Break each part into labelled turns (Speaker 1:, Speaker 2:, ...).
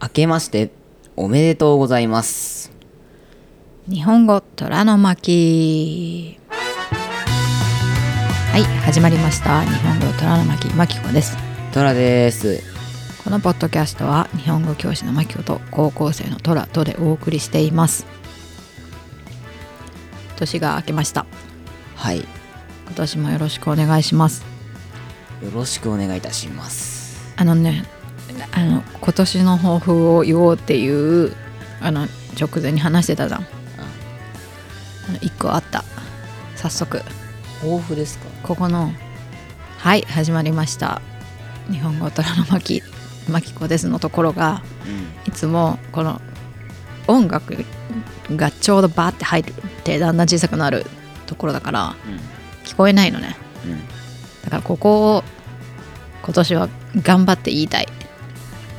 Speaker 1: 明けましておめでとうございます
Speaker 2: 日本語虎の巻はい始まりました日本語虎の巻巻子です
Speaker 1: トラです
Speaker 2: このポッドキャストは日本語教師の巻子と高校生の虎とでお送りしています年が明けました
Speaker 1: はいよ
Speaker 2: 今年もよろしくお願いします
Speaker 1: ろしくお願いいたします
Speaker 2: あのねあの今年の抱負を言おうっていうあの直前に話してたじゃんあの一個あった早速
Speaker 1: 豊富ですか
Speaker 2: ここの「はい始まりました日本語虎の巻巻子です」のところが
Speaker 1: う
Speaker 2: いつもこの音楽がちょうどバーって入ってだんだん小さくなるところだから
Speaker 1: ん
Speaker 2: 聞こえないのね
Speaker 1: うんうん
Speaker 2: だからここを今年は頑張って言いたい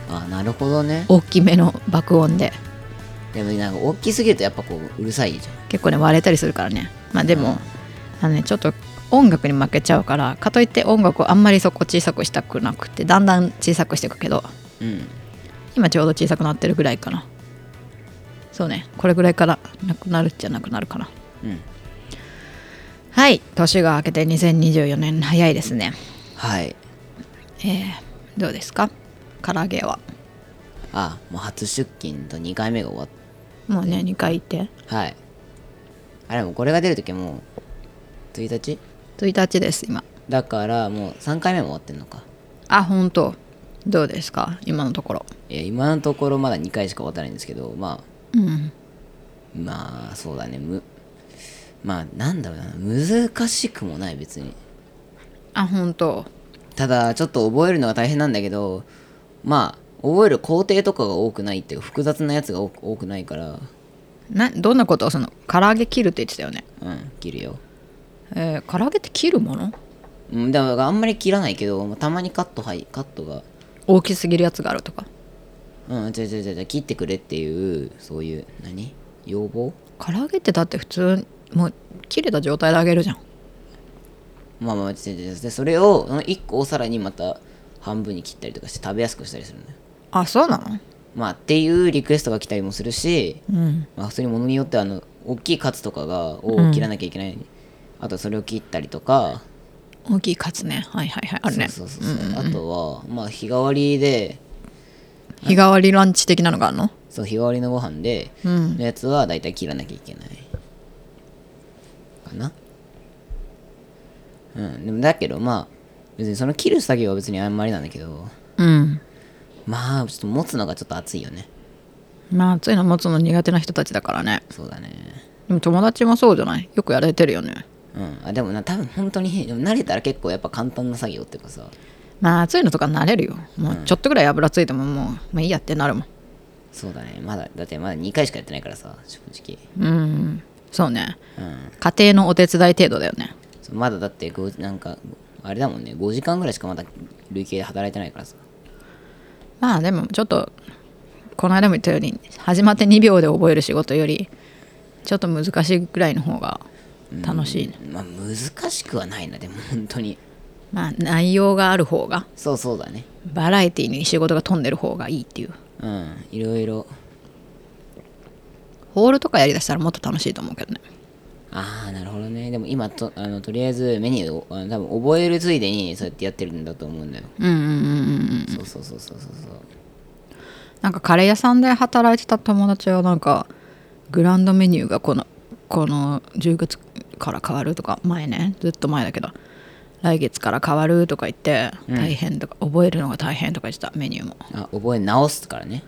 Speaker 1: あなるほどね
Speaker 2: 大きめの爆音で
Speaker 1: でもなんか大きすぎるとやっぱこううるさいじゃ
Speaker 2: 結構ね割れたりするからねまあでもあのねちょっと音楽に負けちゃうからかといって音楽をあんまりそこ小さくしたくなくてだんだん小さくしていくけど
Speaker 1: んうん
Speaker 2: 今ちょうど小さくなってるぐらいかなそうねこれぐらいからなくなるっちゃなくなるかな
Speaker 1: うん
Speaker 2: はい年が明けて2024年早いですね
Speaker 1: はい
Speaker 2: えー、どうですか唐揚げは
Speaker 1: あもう初出勤と2回目が終わっ
Speaker 2: もうね2回行って
Speaker 1: はいあれもうこれが出る時もう1日
Speaker 2: 1日です今
Speaker 1: だからもう3回目も終わってんのか
Speaker 2: あ本当どうですか今のところ
Speaker 1: いや今のところまだ2回しか終わってないんですけどまあ
Speaker 2: うん
Speaker 1: まあそうだねむまあなんだろうな難しくもない別に
Speaker 2: あ本当
Speaker 1: ただちょっと覚えるのが大変なんだけどまあ覚える工程とかが多くないっていうか複雑なやつが多く多くないから
Speaker 2: などんなことをその唐揚げ切るって言ってたよね
Speaker 1: うん切るよ
Speaker 2: えー、唐揚げって切るもの
Speaker 1: うんだからあんまり切らないけどまあたまにカットはいカットが
Speaker 2: 大きすぎるやつがあるとか
Speaker 1: うんじゃじゃじゃじゃ切ってくれっていうそういう何要望
Speaker 2: 唐揚げってだって普通もう切れた状態で揚げるじゃん
Speaker 1: まあまあじゃじゃじゃそれをその1個お皿にまた半分に切ったりとかして食べやすくしたりするんだよ
Speaker 2: あそうなの
Speaker 1: まあっていうリクエストが来たりもするし
Speaker 2: うん
Speaker 1: まあ、普通に物によってはあの大きいカツとかがを切らなきゃいけない、あとそれを切ったりとか
Speaker 2: 大きいカツねはいはいはいあるね
Speaker 1: そうそうそうそう、あとはまあ日替わりで
Speaker 2: 日替わりランチ的なのがあるの
Speaker 1: そう日替わりのご飯で
Speaker 2: うん
Speaker 1: のやつはだいたい切らなきゃいけないかなうんでもだけどまあ別にその切る作業は別にあんまりなんだけど
Speaker 2: うん
Speaker 1: まあちょっと持つのがちょっと熱いよね
Speaker 2: まあ熱いの持つの苦手な人たちだからね
Speaker 1: そうだね
Speaker 2: でも友達もそうじゃないよくやれてるよね
Speaker 1: うんあでもな多分本当にでも慣れたら結構やっぱ簡単な作業っていうかさ
Speaker 2: まあ熱いのとか慣れるよもうちょっとぐらい油ついてももう、まあ、いいやってなるもん
Speaker 1: そうだねまだだってまだ2回しかやってないからさ正直
Speaker 2: うんそうね
Speaker 1: うん
Speaker 2: 家庭のお手伝い程度だよね
Speaker 1: そうまだだってごなんかあれだもんね5時間ぐらいしかまだ累計で働いてないからさ
Speaker 2: まあでもちょっとこの間も言ったように始まって2秒で覚える仕事よりちょっと難しいぐらいの方が楽しい、ね
Speaker 1: まあ難しくはないなでも本当に
Speaker 2: まあ内容がある方が
Speaker 1: そうそうだね
Speaker 2: バラエティに仕事が飛んでる方がいいっていう
Speaker 1: うんいろいろ
Speaker 2: ホールとかやりだしたらもっと楽しいと思うけどね
Speaker 1: ああなるほどねでも今とあのとりあえずメニューをあの多分覚えるついでにそうやってやってるんだと思うんだよ、
Speaker 2: うんうんうんうんうん
Speaker 1: そうそうそうそうそうそう
Speaker 2: なんかカレー屋さんで働いてた友達はなんかグランドメニューがこのこの10月から変わるとか前ねずっと前だけど来月から変わるとか言って大変とか、覚えるのが大変とか言ってたメニューも
Speaker 1: あ覚え直すからね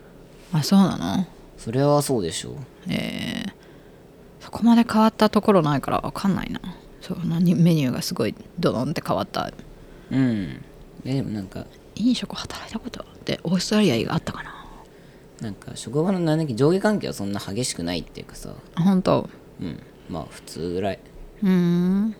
Speaker 2: あそうなの
Speaker 1: それはそうでしょう
Speaker 2: えーそこまで変わったところないから分かんないなそう何メニューがすごいドドンって変わった
Speaker 1: うんででもなんか
Speaker 2: 飲食働いたことってオーストラリア以外あったかな
Speaker 1: なんか職場の何だっけ上下関係はそんな激しくないっていうかさ
Speaker 2: あ本当
Speaker 1: うんまあ普通ぐらいう
Speaker 2: ーん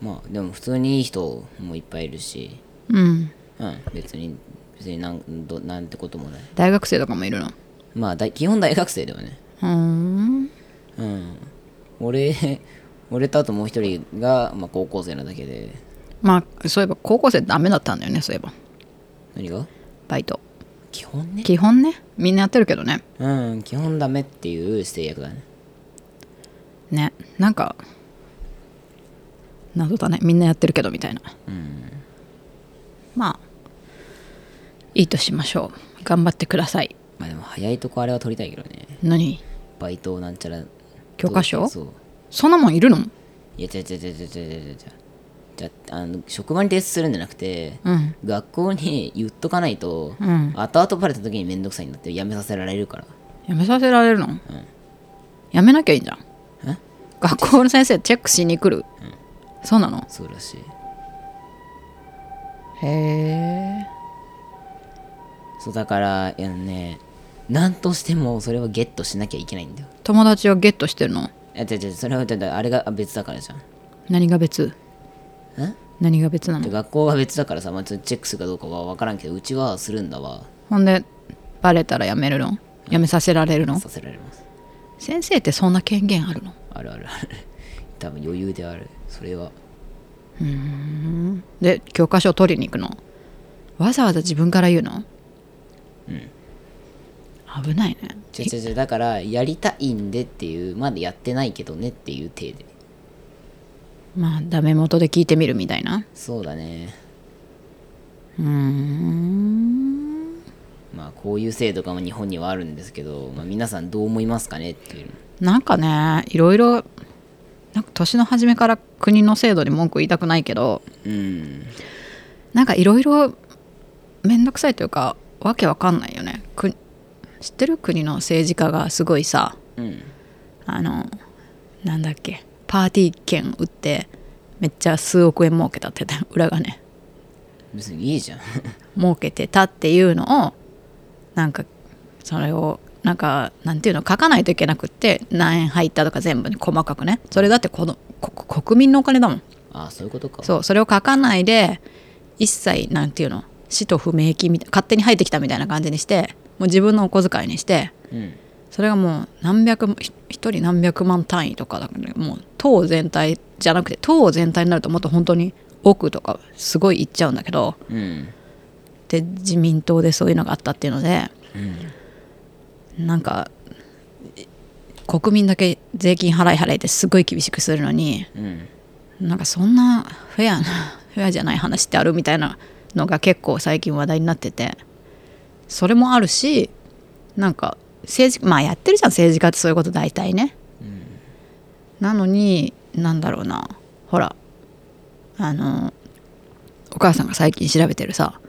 Speaker 1: まあでも普通にいい人もいっぱいいるし
Speaker 2: うん
Speaker 1: うん別に別になんどなんてこともない
Speaker 2: 大学生とかもいるの
Speaker 1: まあだ基本大学生だよね
Speaker 2: うーん
Speaker 1: うん俺 俺とあともう一人が、まあ、高校生なだけで
Speaker 2: まあそういえば高校生ダメだったんだよねそういえば
Speaker 1: 何が
Speaker 2: バイト
Speaker 1: 基本ね
Speaker 2: 基本ねみんなやってるけどね
Speaker 1: うん基本ダメっていう制約だね
Speaker 2: ねなんか謎だねみんなやってるけどみたいなまあいいとしましょう頑張ってください
Speaker 1: まあでも早いとこあれは取りたいけどね
Speaker 2: 何
Speaker 1: バイトなんちゃら
Speaker 2: 教科書
Speaker 1: そう
Speaker 2: そんなもんいるの
Speaker 1: いや違う違う違う違う違う違うじゃああの職場に提出するんじゃなくて、
Speaker 2: うん
Speaker 1: 学校に言っとかないと、
Speaker 2: うん
Speaker 1: 後々バレた時にめんどくさいんだってやめさせられるから
Speaker 2: やめさせられるの、やめなきゃいいんじゃん
Speaker 1: え
Speaker 2: 学校の先生チェックしに来る、そうなの
Speaker 1: そうらしい
Speaker 2: へえ
Speaker 1: そうだからいやね何としてもそれはゲットしなきゃいけないんだよ
Speaker 2: 友達をゲットしてるの
Speaker 1: いや違う違うそれはだってあれが別だからじゃん
Speaker 2: 何が別
Speaker 1: え
Speaker 2: 何が別な
Speaker 1: で
Speaker 2: の
Speaker 1: 学校が別だからさ、まあ、ちょっとチェックするかどうかは分からんけどうちはするんだわ
Speaker 2: ほんでバレたらやめるのやめさせられるの
Speaker 1: させられます
Speaker 2: 先生ってそんな権限あるの
Speaker 1: あるあるある多分余裕であるそれは
Speaker 2: で教科書を取りに行くのわざわざ自分から言うのうん危ないね
Speaker 1: 違う違う違うだからやりたいんでっていうまだやってないけどねっていう体で
Speaker 2: まあダメ元で聞いてみるみたいな
Speaker 1: そうだね
Speaker 2: うーん
Speaker 1: まあこういう制度が日本にはあるんですけど、まあ、皆さんどう思いますかねっていう
Speaker 2: なんかねいろいろなんか年の初めから国の制度に文句言いたくないけど
Speaker 1: うん
Speaker 2: なんかいろいろめんどくさいというかわけわかんないよねく知ってる国の政治家がすごいさ
Speaker 1: うん
Speaker 2: あのなんだっけパーティー券売ってめっちゃ数億円儲けたってね裏がね
Speaker 1: 別にいいじゃん
Speaker 2: 儲けてたっていうのをなんかそれをなんかなんていうの書かないといけなくって何円入ったとか全部に細かくねそれだってこのこ国民のお金だもん
Speaker 1: ああそういうことか
Speaker 2: そうそれを書かないで一切なんていうの使途不明金みたい勝手に入ってきたみたいな感じにしてもう自分のお小遣いにして
Speaker 1: うん
Speaker 2: それがもう何百ひ一人何百万単位とかだから、ね、もう党全体じゃなくて党全体になるともっと本当に億とかすごいいっちゃうんだけど
Speaker 1: うん
Speaker 2: で自民党でそういうのがあったっていうので、なんかい国民だけ税金払い払いってすごい厳しくするのに
Speaker 1: うん
Speaker 2: なんかそんなフェアなフェアじゃない話ってあるみたいなのが結構最近話題になっててそれもあるしなんか政治まあやってるじゃん政治家ってそういうこと大体ね、なのになんだろうなほらあのお母さんが最近調べてるさ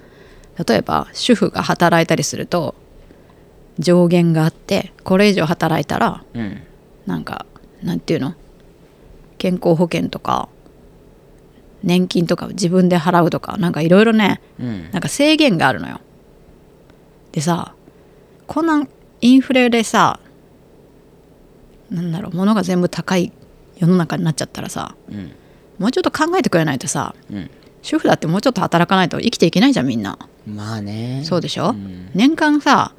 Speaker 2: 例えば主婦が働いたりすると上限があってこれ以上働いたら
Speaker 1: うん
Speaker 2: なんかなんていうの健康保険とか年金とか自分で払うとかなんかいろいろね
Speaker 1: うん
Speaker 2: なんか制限があるのよでさこんなインフレでさなんだろう物が全部高い世の中になっちゃったらさ
Speaker 1: うん
Speaker 2: もうちょっと考えてくれないとさ
Speaker 1: うん
Speaker 2: 主婦だってもうちょっと働かないと生きていけないじゃんみんな
Speaker 1: まあね
Speaker 2: そうでしょ、
Speaker 1: ん
Speaker 2: 年間さ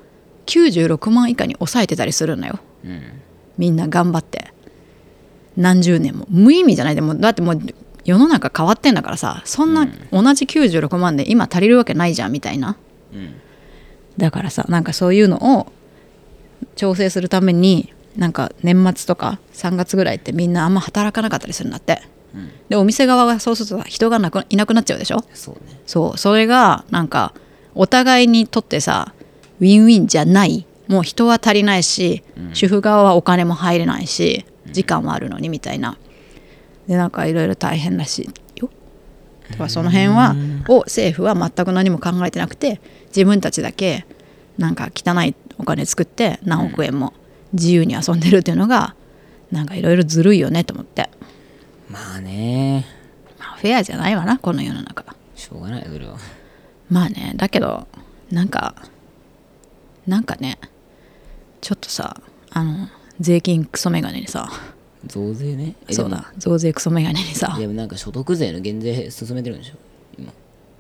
Speaker 2: 96万以下に抑えてたりするのよ
Speaker 1: うん
Speaker 2: みんな頑張って何十年も無意味じゃないでもだってもう世の中変わってんだからさそんな同じ96万で今足りるわけないじゃんみたいな
Speaker 1: うん
Speaker 2: だからさなんかそういうのを調整するためになんか年末とか3月ぐらいってみんなあんま働かなかったりするんだって、
Speaker 1: うん
Speaker 2: でお店側がそうするとさ人がなくいなくなっちゃうでしょ
Speaker 1: そうね
Speaker 2: そうそれがなんかお互いにとってさウィンウィンじゃないもう人は足りないし、主婦側はお金も入れないし時間はあるのにみたいなでなんかいろいろ大変らしいよだからその辺はを政府は全く何も考えてなくて自分たちだけなんか汚いお金作って何億円も自由に遊んでるっていうのがなんかいろいろずるいよねと思って、
Speaker 1: まあね
Speaker 2: まあ、フェアじゃないわなこの世の中。
Speaker 1: しょうがないそれは
Speaker 2: まあねだけどなんかなんかねちょっとさあの税金クソメガネにさ
Speaker 1: 増税ねえ
Speaker 2: そうだ増税クソメガネにさ
Speaker 1: でもなんか所得税の減税進めてるんでしょ今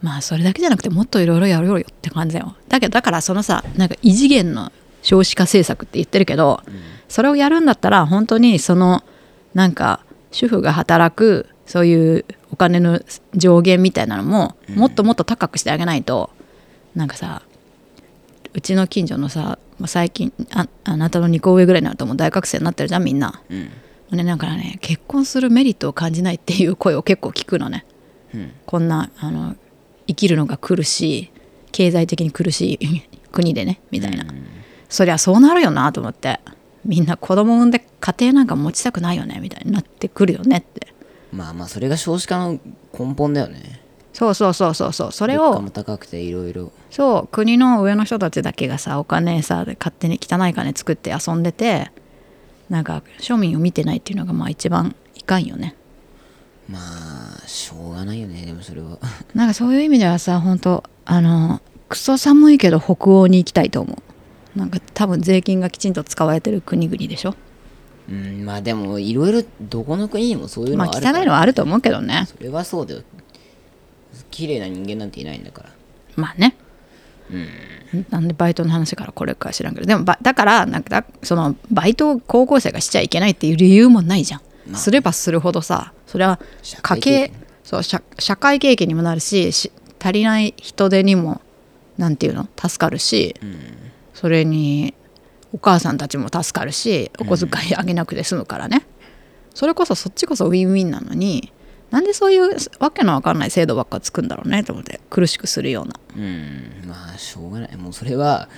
Speaker 2: まあそれだけじゃなくてもっといろいろやろうよって感じだよだけどだからそのさなんか異次元の少子化政策って言ってるけど、それをやるんだったら本当にそのなんか主婦が働くそういうお金の上限みたいなのももっともっと高くしてあげないと、なんかさうちの近所のさ、まあ、最近ああなたの2個上ぐらいになるともう大学生になってるじゃんみんな、
Speaker 1: うん
Speaker 2: ね、だからね結婚するメリットを感じないっていう声を結構聞くのね
Speaker 1: うん
Speaker 2: こんなあの生きるのが苦しい経済的に苦しい 国でねみたいな、そりゃそうなるよなと思ってみんな子供産んで家庭なんか持ちたくないよねみたいになってくるよねって
Speaker 1: まあまあそれが少子化の根本だよね
Speaker 2: そうそうそうそうそうそ
Speaker 1: そ
Speaker 2: れ
Speaker 1: 物価
Speaker 2: を
Speaker 1: も高くていろいろ
Speaker 2: そう国の上の人たちだけがさお金さ勝手に汚い金作って遊んでてなんか庶民を見てないっていうのがまあ一番いかんよね
Speaker 1: まあしょうがないよねでもそれは
Speaker 2: なんかそういう意味ではさ本当あのクソ寒いけど北欧に行きたいと思うなんか多分税金がきちんと使われてる国々でしょ
Speaker 1: うんまあでもいろいろどこの国にもそういうの
Speaker 2: ま
Speaker 1: は
Speaker 2: あ
Speaker 1: ある
Speaker 2: 汚いのはあると思うけどね
Speaker 1: それはそうだよ綺麗な人間なんていないんだから
Speaker 2: まあねなんでバイトの話からこれか知らんけどでもばだからなんかだそのバイトを高校生がしちゃいけないっていう理由もないじゃん、
Speaker 1: まあ
Speaker 2: すればするほどさそれは
Speaker 1: 社
Speaker 2: 家
Speaker 1: 会経
Speaker 2: 計
Speaker 1: 験
Speaker 2: そう社社会経験にもなるしし足りない人手にもなんていうの助かるし、それにお母さんたちも助かるしお小遣いあげなくて済むからね、それこそそっちこそウィンウィンなのになんでそういうわけのわかんない制度ばっかつくんだろうねと思って苦しくするような
Speaker 1: うんまあしょうがないもうそれは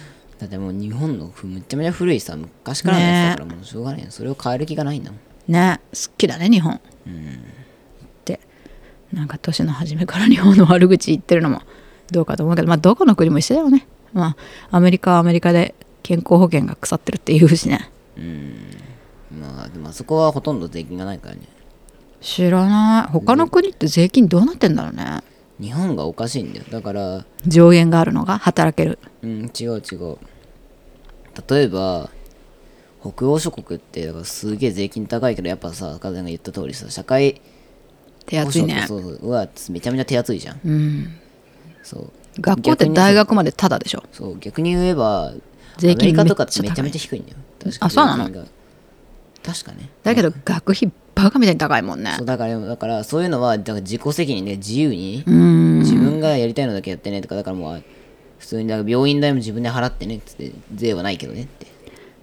Speaker 1: だってもう日本のふむっちゃめちゃ古いさ昔からのやつだからもうしょうがないよそれを変える気がないんだもん
Speaker 2: ね好きだね日本、ってなんか年の初めから日本の悪口言ってるのもどうかと思うけどまあどこの国も一緒だよねまあアメリカはアメリカで健康保険が腐ってるっていうしね
Speaker 1: まあでもあそこはほとんど税金がないからね
Speaker 2: 知らない他の国って税金どうなってんだろうね
Speaker 1: 日本がおかしいんだよだから
Speaker 2: 上限があるのが働ける
Speaker 1: うん違う違う例えば北欧諸国ってだからすげえ税金高いけどやっぱさ風が言った通りさ社会
Speaker 2: 手厚いね
Speaker 1: 保障とかそうはめちゃめちゃ手厚いじゃん
Speaker 2: うん
Speaker 1: そう
Speaker 2: 学校って
Speaker 1: 逆に
Speaker 2: 大学までタダでしょ
Speaker 1: そう逆に言えば
Speaker 2: 税金
Speaker 1: アメリカとかって
Speaker 2: め
Speaker 1: め
Speaker 2: っ
Speaker 1: ち
Speaker 2: ち
Speaker 1: ゃ
Speaker 2: ゃ高い
Speaker 1: めちゃ低いんだよ確
Speaker 2: あそうなの
Speaker 1: 税金が確かね
Speaker 2: だけど学費バカみたいに高いもんね
Speaker 1: そうだからだからそういうのはだから自己責任で自由に
Speaker 2: うん
Speaker 1: 自分がやりたいのだけやってねとかだからもう普通にだから病院代も自分で払ってねっつって税はないけどねって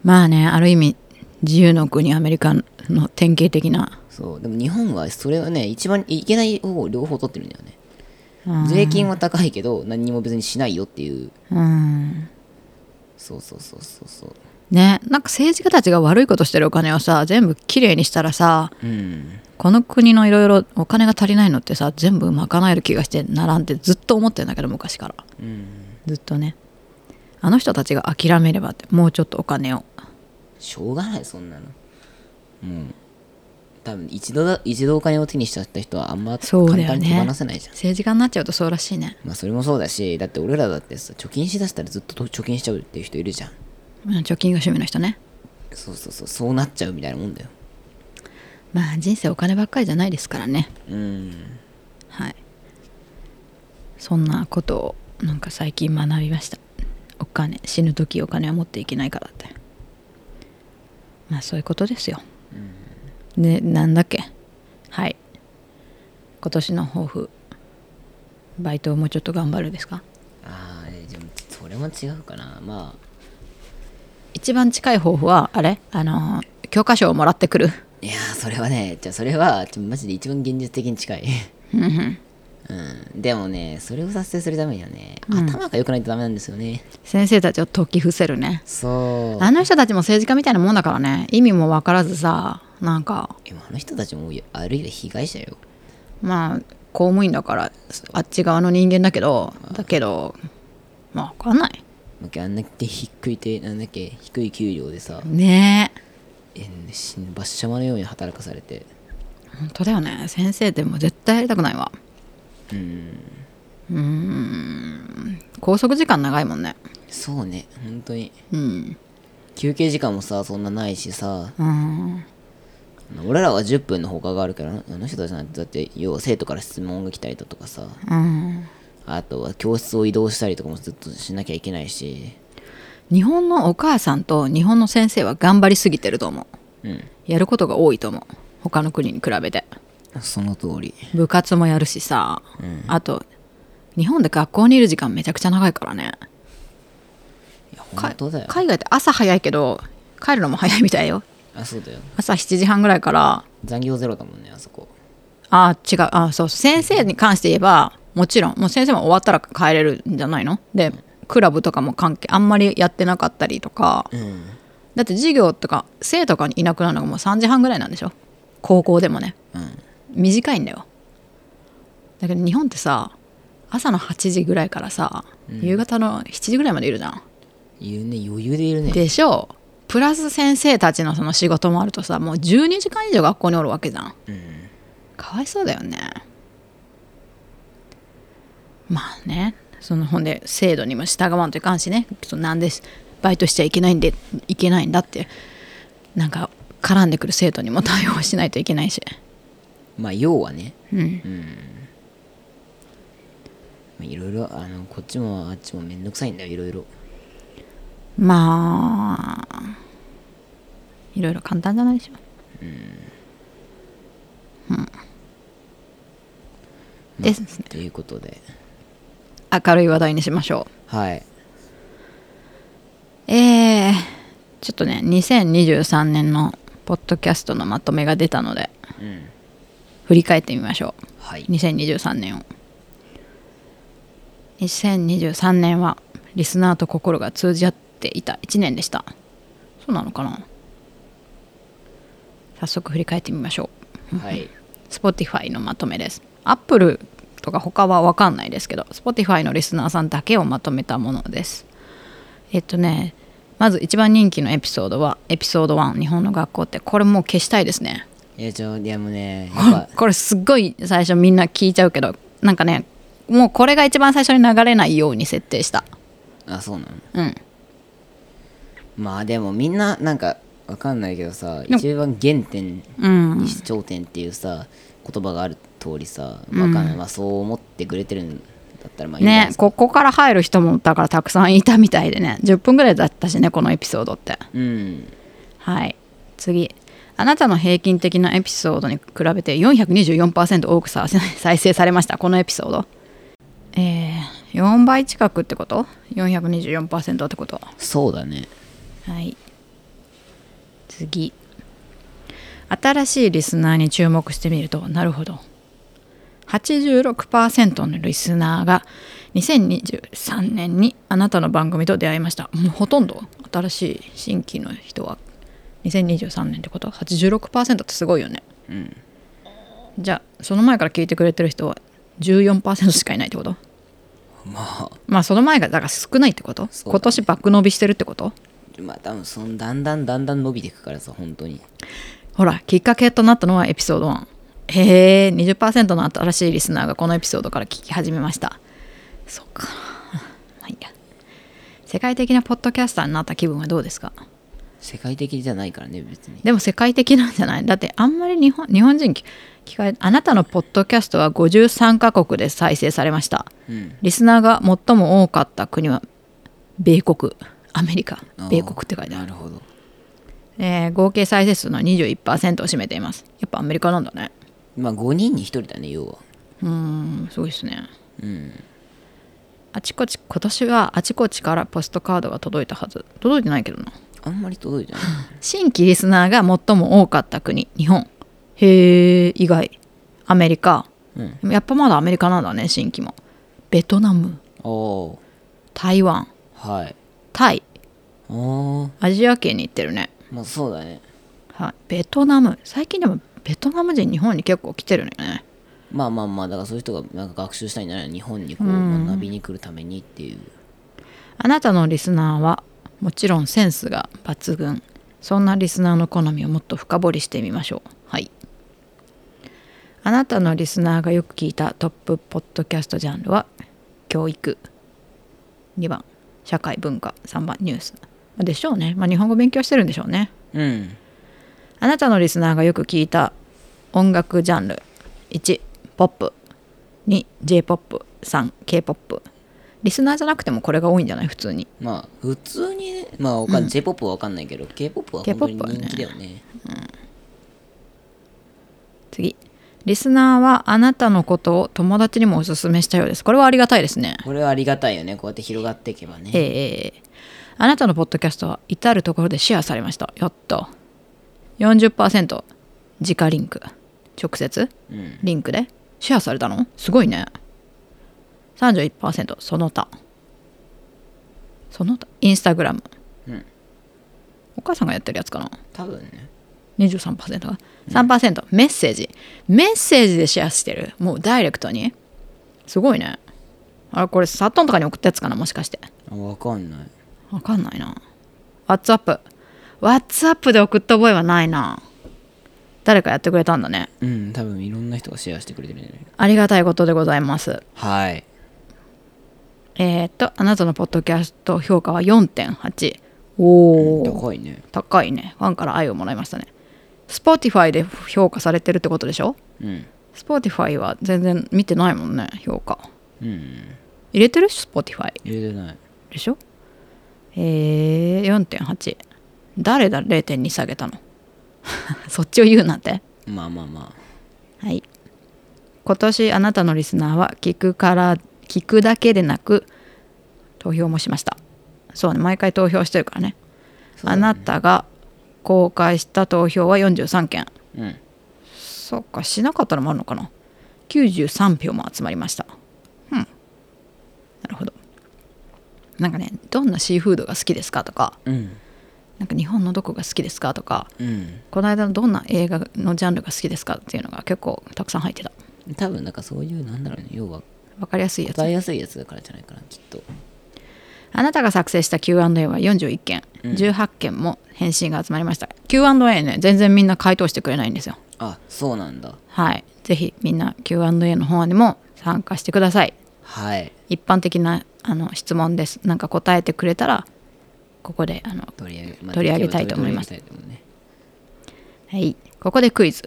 Speaker 2: まあねある意味自由の国アメリカの典型的な
Speaker 1: そうでも日本はそれはね一番いけない方を両方取ってるんだよね税金は高いけど何にも別にしないよっていう
Speaker 2: うん
Speaker 1: そうそうそうそうそう
Speaker 2: ねなんか政治家たちが悪いことしてるお金をさ全部きれいにしたらさ
Speaker 1: うん
Speaker 2: この国のいろいろお金が足りないのってさ全部賄える気がしてならんってずっと思ってんだけど昔から
Speaker 1: うん
Speaker 2: ずっとねあの人たちが諦めればってもうちょっとお金を
Speaker 1: しょうがないそんなのもう多分一度だ一度お金を手にしちゃった人はあんま
Speaker 2: そ
Speaker 1: 簡
Speaker 2: うだよね
Speaker 1: 単に手放せないじゃん
Speaker 2: 政治家になっちゃうとそうらしいね
Speaker 1: まあそれもそうだしだって俺らだってさ貯金しだしたらずっと貯金しちゃうっていう人いるじゃん
Speaker 2: うん貯金が趣味の人ね
Speaker 1: そうそうそうそうなっちゃうみたいなもんだよ
Speaker 2: まあ人生お金ばっかりじゃないですからね
Speaker 1: うん
Speaker 2: はいそんなことをなんか最近学びましたお金死ぬ時お金は持っていけないからってまあそういうことですよ、でなんだっけはい今年の抱負バイトをもうちょっと頑張るですか
Speaker 1: ああでもそれも違うかなま
Speaker 2: 一番近い抱負はあれあのー教科書をもらってくる
Speaker 1: あいやーそれはねじゃあそれはちょマジで一番現実的に近い うんでもねそれを達成するためにはね、頭が良くないとダメなんですよね
Speaker 2: 先生たちを解き伏せるね
Speaker 1: そう
Speaker 2: あの人たちも政治家みたいなもんだからね意味も分からずさなんか
Speaker 1: 今あの人たちもあるいは被害者よ
Speaker 2: まあ公務員だからあっち側の人間だけどだけどまあ分かんない
Speaker 1: だってあんだけ低いてなんだっけ低い給料でさ、
Speaker 2: ねえ
Speaker 1: えん、死ぬ馬車馬のように働かされて
Speaker 2: 本当だよね先生でも絶対やりたくないわうーん拘束時間長いもんね
Speaker 1: そうね本当に
Speaker 2: うん
Speaker 1: 休憩時間もさそんなないしさ
Speaker 2: うん
Speaker 1: 俺らは10分の放課があるからあの人たちなんてだって要は生徒から質問が来たりだとかさ
Speaker 2: うん
Speaker 1: あとは教室を移動したりとかもずっとしなきゃいけないし
Speaker 2: 日本のお母さんと日本の先生は頑張りすぎてると思
Speaker 1: うん
Speaker 2: うやることが多いと思う他の国に比べて
Speaker 1: その通り
Speaker 2: 部活もやるしさ、あと日本で学校にいる時間めちゃくちゃ長いからね
Speaker 1: いや
Speaker 2: か
Speaker 1: 本当だよ
Speaker 2: 海外って朝早いけど帰るのも早いみたいよ
Speaker 1: あそうだよ
Speaker 2: 朝7時半ぐらいから
Speaker 1: 残業ゼロだもんねあそこ
Speaker 2: あ違うあそう先生に関して言えばもちろんもう先生も終わったら帰れるんじゃないのでクラブとかも関係あんまりやってなかったりとか
Speaker 1: うん
Speaker 2: だって授業とか生徒がいなくなるのがもう3時半ぐらいなんでしょ高校でもね
Speaker 1: うん
Speaker 2: 短いんだよだけど日本ってさ朝の8時ぐらいからさ、夕方の7時ぐらいまでいるじゃん
Speaker 1: 言うね余裕でいるね
Speaker 2: でしょうプラス先生たちのその仕事もあるとさもう12時間以上学校におるわけじゃん
Speaker 1: うん
Speaker 2: かわいそうだよねまあねそのほんで制度にも従わんといかんしねそのなんでバイトしちゃいけないんでいけないんだってなんか絡んでくる生徒にも対応しないといけないし
Speaker 1: まあ要はね
Speaker 2: うん
Speaker 1: まあいろいろあのこっちもあっちもめんどくさいんだよいろいろ
Speaker 2: まあいろいろ簡単じゃないでしょうんですね
Speaker 1: ということで
Speaker 2: 明るい話題にしましょ
Speaker 1: はいう
Speaker 2: えー、ちょっとね2023年のポッドキャストのまとめが出たので
Speaker 1: うん
Speaker 2: 振り返ってみましょ
Speaker 1: はいう
Speaker 2: 2023年を2023年はリスナーと心が通じ合っていた1年でしたそうなのかな早速振り返ってみましょう
Speaker 1: はい
Speaker 2: Spotify のまとめです。Apple とか他は分かんないですけど、Spotify のリスナーさんだけをまとめたものです。えっとね、まず一番人気のエピソードは、エピソード1、日本の学校って、これもう消したいですね。
Speaker 1: いやちょいやもう ねやっぱ
Speaker 2: これすっごい最初みんな聞いちゃうけど、なんかね、もうこれが一番最初に流れないように設定した。
Speaker 1: あそうなの
Speaker 2: うん。
Speaker 1: まあでもみんななんかわかんないけどさ
Speaker 2: も
Speaker 1: 一番原点
Speaker 2: うん
Speaker 1: に。して頂点っていうさ言葉がある通りさわかんないまあそう思ってくれてるんだったらまあいいんじゃない
Speaker 2: ね
Speaker 1: です、か
Speaker 2: ここから入る人もだからたくさんいたみたいでね、10分ぐらいだったしね、このエピソードって。
Speaker 1: うん
Speaker 2: はい次あなたの平均的なエピソードに比べて424%多くさ 再生されましたこのエピソードえー、4倍近くってこと424%ってこと
Speaker 1: そうだね
Speaker 2: はい次新しいリスナーに注目してみるとなるほど86%のリスナーが2023年にあなたの番組と出会いましたもうほとんど新しい新規の人は2023年ってこと86%ってすごいよね
Speaker 1: うん
Speaker 2: じゃあその前から聞いてくれてる人は14%しかいないってこと
Speaker 1: まあ
Speaker 2: まあその前がだから少ないってこと、
Speaker 1: そうだね
Speaker 2: 今年バック伸びしてるってこと
Speaker 1: まあ多分そのだんだんだんだん伸びていくからさ本当に
Speaker 2: ほら、きっかけとなったのはエピソード1。へえ、20%の新しいリスナーがこのエピソードから聞き始めました。そっか。 まあいいや。世界的なポッドキャスターになった気分はどうですか
Speaker 1: 世界的じゃないからね別に
Speaker 2: でも世界的なんじゃないだってあんまり日本日本人聞聞かれあなたのポッドキャストは53カ国で再生されました。
Speaker 1: うん
Speaker 2: リスナーが最も多かった国は米国、アメリカ、
Speaker 1: あー
Speaker 2: 米国って書いてあ
Speaker 1: な
Speaker 2: る。
Speaker 1: るほど
Speaker 2: えー合計再生数の21%を占めています。やっぱアメリカなんだね。
Speaker 1: まあ5人に1人だね要は
Speaker 2: うーんすごいですね
Speaker 1: うん
Speaker 2: あちこち今年はあちこちからポストカードが届いたはず届いてないけどな
Speaker 1: あんまり届いてない
Speaker 2: 新規リスナーが最も多かった国日本へえ意外アメリカ
Speaker 1: うん
Speaker 2: でもやっぱまだアメリカなんだね新規もベトナム
Speaker 1: お
Speaker 2: 台湾
Speaker 1: ーはい
Speaker 2: タイ
Speaker 1: おー
Speaker 2: アジア圏に行ってるね
Speaker 1: まあそうだね
Speaker 2: はいベトナム最近でもベトナム人日本に結構来てるのよね
Speaker 1: まあまあまあだからそういう人がなんか学習したいんじゃないの日本にこう
Speaker 2: うん
Speaker 1: 学びに来るためにっていう
Speaker 2: あなたのリスナーはもちろんセンスが抜群そんなリスナーの好みをもっと深掘りしてみましょうはいあなたのリスナーがよく聞いたトップポッドキャストジャンルは教育2番社会文化3番ニュースでしょうねまあ日本語勉強してるんでしょうね
Speaker 1: うん
Speaker 2: あなたのリスナーがよく聞いた音楽ジャンル1ポップ2 j p o p 3 k p o p リスナーじゃなくてもこれが多いんじゃない普通に
Speaker 1: まあ普通にねまあわかん J-POP はわかんないけど K-POP は本当に
Speaker 2: K-POP はね
Speaker 1: 人気だよね
Speaker 2: 次リスナーはあなたのことを友達にもおすすめしたようですこれはありがたいですね
Speaker 1: これはありがたいよねこうやって広がっていけばね
Speaker 2: ええあなたのポッドキャストは至るところでシェアされましたやっと40%直リンク直接
Speaker 1: うん
Speaker 2: リンクでシェアされたのすごいね31%その他その他インスタグラム、
Speaker 1: うん
Speaker 2: お母さんがやってるやつかな
Speaker 1: 多分ね
Speaker 2: 23%が3%、メッセージメッセージでシェアしてるもうダイレクトにすごいねあれこれサトンとかに送ったやつかなもしかして
Speaker 1: あわかんない
Speaker 2: わかんないな WhatsAppWhatsApp で送った覚えはないな誰かやってくれたんだね
Speaker 1: うん多分いろんな人がシェアしてくれてるんじゃない
Speaker 2: ありがたいことでございます
Speaker 1: はい
Speaker 2: えー、っとあなたのポッドキャスト評価は4.8おお、
Speaker 1: 高いね
Speaker 2: 高いねファンから愛をもらいましたね Spotify で評価されてるってことでしょ
Speaker 1: うん
Speaker 2: スポティファイは全然見てないもんね評価
Speaker 1: うん
Speaker 2: 入れてるしスポティファイ
Speaker 1: 入れてない
Speaker 2: でしょえー、4.8誰だ0.2下げたの そっちを言うなんて
Speaker 1: まあまあま
Speaker 2: はい今年あなたのリスナーは聞くから聞くだけでなく投票もしましたそうね毎回投票してるからね
Speaker 1: そう
Speaker 2: あ
Speaker 1: だね
Speaker 2: なたが公開した投票は43件
Speaker 1: あうん
Speaker 2: そっかしなかったのもあるのかな93票も集まりましたうんなるほどなんかねどんなシーフードが好きですかとか
Speaker 1: うん
Speaker 2: なんか日本のどこが好きですかとか
Speaker 1: うん
Speaker 2: この間のどんな映画のジャンルが好きですかっていうのが結構たくさん入ってた
Speaker 1: 多分なんかそういうなんだろうね要は
Speaker 2: わかりやすいやつ
Speaker 1: 答えやすいやつだからじゃないかなきっと
Speaker 2: あなたが作成した Q&A は41件、18件も返信が集まりました Q&A ね全然みんな回答してくれないんですよ
Speaker 1: あそうなんだ
Speaker 2: はいぜひみんな Q&A の方にも参加してください
Speaker 1: はい
Speaker 2: 一般的なあの質問ですなんか答えてくれたらここであの
Speaker 1: 取り上げ,、ま
Speaker 2: 取り上げたいと思います
Speaker 1: 取り上げたいと思うね
Speaker 2: はいここでクイズ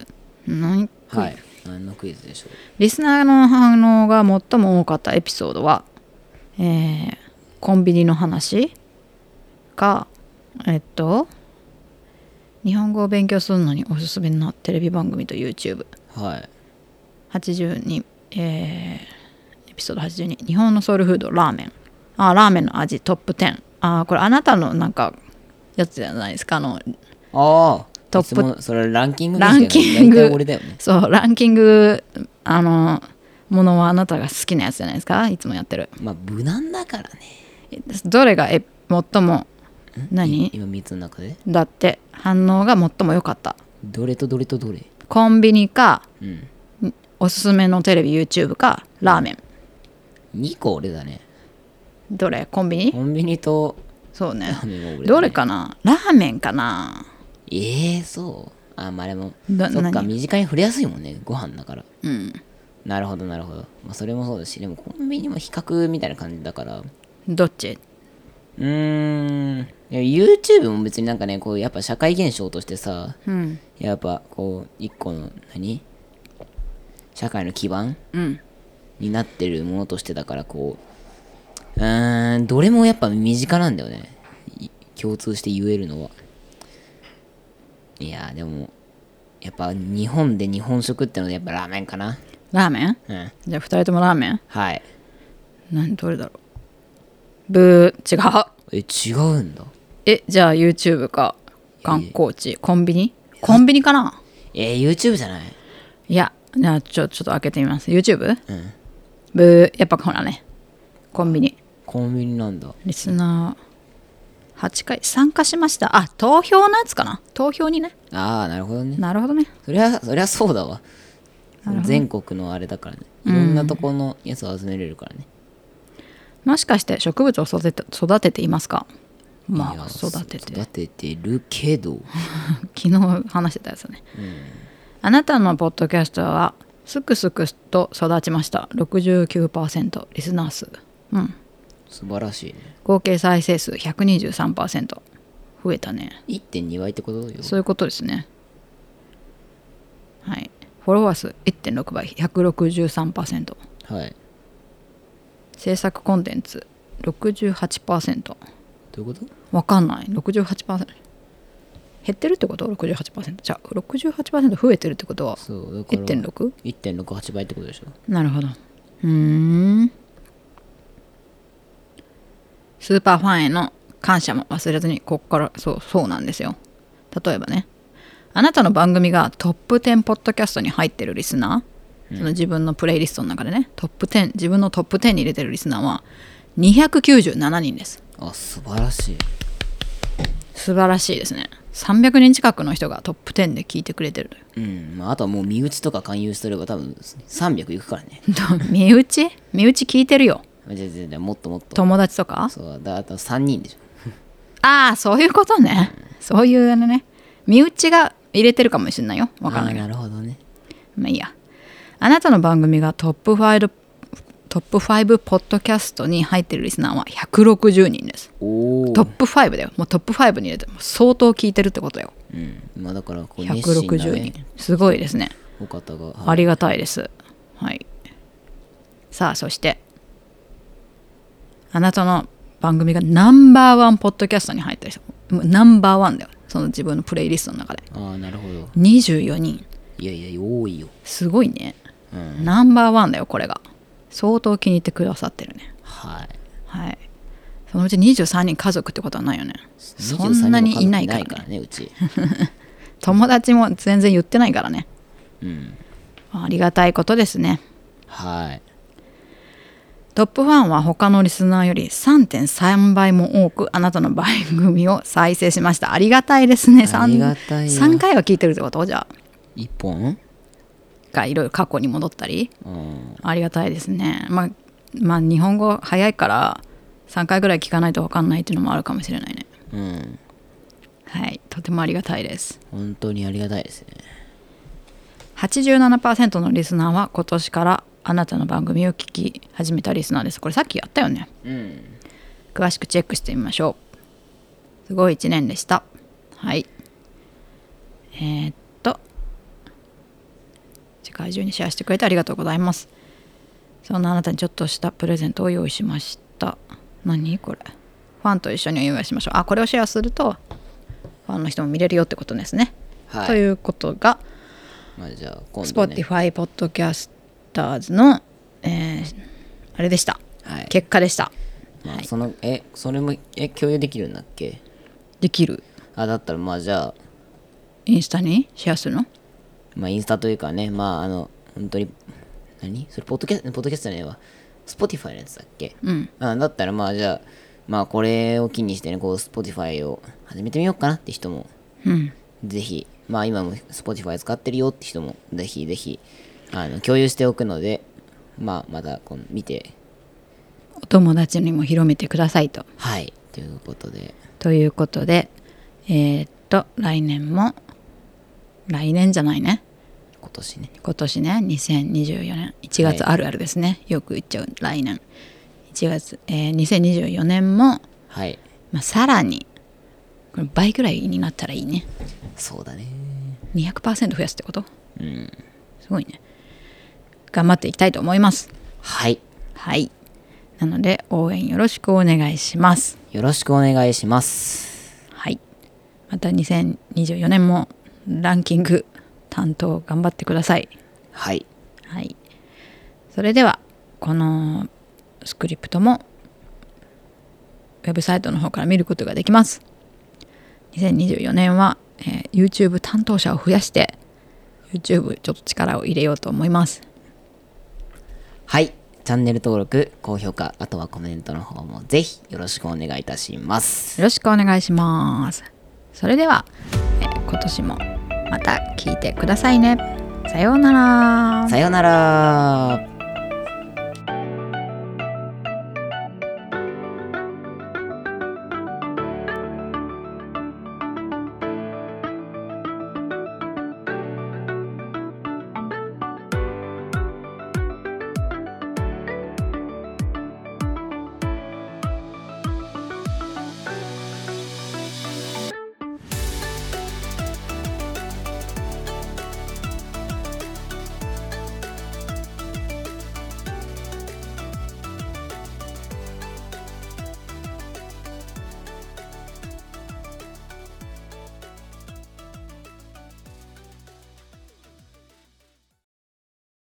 Speaker 2: 何クイズ
Speaker 1: はい何のクイズでしょ
Speaker 2: リスナーの反応が最も多かったエピソードは、えーコンビニの話かえっと日本語を勉強するのにおすすめなテレビ番組と YouTube
Speaker 1: うはい
Speaker 2: 82えーエピソード82日本のソウルフードラーメンあラーメンの味トップ10あーこれあなたのなんかやつじゃないですかあ
Speaker 1: あ
Speaker 2: の
Speaker 1: あ
Speaker 2: トップ
Speaker 1: いつもそれランキング
Speaker 2: ランキング
Speaker 1: ですけどね大体俺だよね
Speaker 2: そうランキングあのものはあなたが好きなやつじゃないですかいつもやってる
Speaker 1: まあ無難だからね
Speaker 2: どれがえ最も
Speaker 1: い
Speaker 2: 何
Speaker 1: 今3つの中で
Speaker 2: だって反応が最も良かった
Speaker 1: どれとどれとどれ
Speaker 2: コンビニか
Speaker 1: うん
Speaker 2: おすすめのテレビ YouTube かラーメン
Speaker 1: 2個俺だね
Speaker 2: どれコンビニ
Speaker 1: コンビニと
Speaker 2: そうね
Speaker 1: ラーメンは俺だ、ね、
Speaker 2: どれかなラーメンかな
Speaker 1: ええそうあまあでも
Speaker 2: な
Speaker 1: そっか
Speaker 2: 何
Speaker 1: 身近に触れやすいもんねご飯だから
Speaker 2: うん
Speaker 1: なるほどなるほど、まあ、それもそうだしでもコンビニも比較みたいな感じだから
Speaker 2: どっち
Speaker 1: うーんいや YouTube も別になんかねこうやっぱ社会現象としてさ
Speaker 2: うん
Speaker 1: やっぱこう一個の何社会の基盤
Speaker 2: うん
Speaker 1: になってるものとしてだからこううーんどれもやっぱ身近なんだよねい共通して言えるのはいやーでもやっぱ日本で日本食ってのはやっぱラーメンかな
Speaker 2: ラーメン
Speaker 1: うん
Speaker 2: じゃあ2人ともラーメン
Speaker 1: はい
Speaker 2: 何どれだろうブー違う
Speaker 1: え違うんだ
Speaker 2: えじゃあ YouTube か観光地コンビニコンビニかな
Speaker 1: えー、YouTube じゃない
Speaker 2: いやじゃあちょちょっと開けてみます YouTube?
Speaker 1: うん
Speaker 2: ブーやっぱほらねコンビニ
Speaker 1: コンビニなんだ
Speaker 2: リスナー8回参加しましたあ投票のやつかな投票にね
Speaker 1: ああなるほどね
Speaker 2: なるほどね
Speaker 1: そりゃそりゃそうだわ全国のあれだからねいろんなとこのやつを集めれるからね、
Speaker 2: もしかして植物を育てて育てていますかま
Speaker 1: いや
Speaker 2: あ育てて
Speaker 1: 育ててるけど
Speaker 2: 昨日話してたやつね、あなたのポッドキャストはすくすくと育ちました69%リスナー数うん
Speaker 1: 素晴らしいね
Speaker 2: 合計再生数123%増えたね
Speaker 1: 1.2倍ってことよ
Speaker 2: そういうことですねはいフォロワー数1.6倍163%
Speaker 1: はい
Speaker 2: 制作コンテンツ68%
Speaker 1: どういうこと
Speaker 2: わかんない68%減ってるってこと68%じゃあ68%増えてるってことは
Speaker 1: そうだから
Speaker 2: 1.6?
Speaker 1: 1.68倍ってことでしょ
Speaker 2: なるほどうーんスーパーファンへの感謝も忘れずにここからそうそうなんですよ例えばねあなたの番組がトップ10ポッドキャストに入ってるリスナー、その自分のプレイリストの中でねトップ10自分のトップ10に入れてるリスナーは297人です
Speaker 1: あ素晴らしい
Speaker 2: 素晴らしいですね300人近くの人がトップ10で聞いてくれてるという
Speaker 1: う ん、まあ、あとはもう身内とか勧誘してれば多分300いくからね
Speaker 2: 身内身内聞いてるよ
Speaker 1: じゃあじゃあじゃあもっともっと
Speaker 2: 友達とか
Speaker 1: そうだあと3人でしょ
Speaker 2: ああそういうことねそういうあのね身内が入れてるかもしれないよわかんないけど
Speaker 1: あーなるほどね
Speaker 2: まあいいやあなたの番組がトップ5トップ5ポッドキャストに入ってるリスナーは160人です
Speaker 1: おお
Speaker 2: トップ5だよもうトップ5に入れてもう相当聞いてるってことよ
Speaker 1: うんまあだからこう熱心な、
Speaker 2: 160
Speaker 1: ね、
Speaker 2: 人すごいですね
Speaker 1: お方が、はい
Speaker 2: ありがたいです。はい。さあ、そして、あなたの番組がナンバーワンポッドキャストに入ったりしたもうナンバーワンだよ。その自分のプレイリストの中で。
Speaker 1: ああなるほど
Speaker 2: 24人。
Speaker 1: いやいや多いよ
Speaker 2: すごいね。
Speaker 1: うん
Speaker 2: ナンバーワンだよ、これが。相当気に入ってくださってるね。
Speaker 1: はい
Speaker 2: はい。そのうち23人家族ってことはないよね。そんなにいないか
Speaker 1: 23
Speaker 2: ら,、
Speaker 1: 人も家族いからねうち
Speaker 2: 友達も全然言ってないからね。
Speaker 1: うん
Speaker 2: ありがたいことですね。
Speaker 1: はい
Speaker 2: トップファンは他のリスナーより3.3倍も多くあなたの番組を再生しましたありがたいですね
Speaker 1: ありがたいよ
Speaker 2: 3回は聞いてるってことじゃ
Speaker 1: 1本
Speaker 2: あがいろいろ過去に戻ったり
Speaker 1: うん
Speaker 2: ありがたいですねまあまあ日本語早いから3回ぐらい聞かないと分かんないっていうのもあるかもしれないね
Speaker 1: うん
Speaker 2: はいとてもありがたいです
Speaker 1: 本当にありがたいですね
Speaker 2: 87%のリスナーは今年からあなたの番組を聞き始めたリスナーですこれさっきやったよね
Speaker 1: うん
Speaker 2: 詳しくチェックしてみましょうすごい1年でしたはいえーっと世界中にシェアしてくれてありがとうございますそんなあなたにちょっとしたプレゼントを用意しました何これファンと一緒にお祝いしましょうあこれをシェアするとファンの人も見れるよってことですね、
Speaker 1: はい
Speaker 2: ということが
Speaker 1: まあじゃあ今度、ね、
Speaker 2: Spotify ポッドキャスターズの、えーあれでした、
Speaker 1: はい
Speaker 2: 結果でした
Speaker 1: まあ、そのえそれもえ共有できるんだっけ
Speaker 2: できる
Speaker 1: あだったらまあじゃあ、
Speaker 2: インスタにシェアするの
Speaker 1: まあ、インスタというかねまああの本当に何それポッドキャストポッドキャストじゃないわスポティファイのやつだっけ
Speaker 2: うん
Speaker 1: あだったらまあじゃあまあこれを機にしてねこうスポティファイを始めてみようかなって人も
Speaker 2: うん
Speaker 1: ぜひまあ今もスポティファイ使ってるよって人もぜひぜひあの共有しておくのでまあまたこの見て
Speaker 2: お友達にも広めてくださいと。
Speaker 1: はいということで
Speaker 2: ということで、えーっと、来年も、来年じゃないね。
Speaker 1: 今年ね
Speaker 2: 今年ね、2024年、1月
Speaker 1: はい
Speaker 2: あるあるですね。よく言っちゃう、来年。1月、えー2024年も、
Speaker 1: はい
Speaker 2: まあ、さらに、これ倍ぐらいになったらいいね。
Speaker 1: そうだね
Speaker 2: 200%増やすってこと
Speaker 1: うん
Speaker 2: すごいね。頑張っていきたいと思います。
Speaker 1: はい
Speaker 2: はい。なので、応援よろしくお願いします。
Speaker 1: よろしくお願いします
Speaker 2: はい。また2024年もランキング担当頑張ってください。
Speaker 1: はい
Speaker 2: はい。それでは、このスクリプトもウェブサイトの方から見ることができます。2024年は、えー YouTube 担当者を増やして、YouTube ちょっと力を入れようと思います。
Speaker 1: はいチャンネル登録高評価あとはコメントの方もぜひよろしくお願いいたします
Speaker 2: よろしくお願いします。それでは、えー今年もまた聞いてくださいね。さようなら。
Speaker 1: さようなら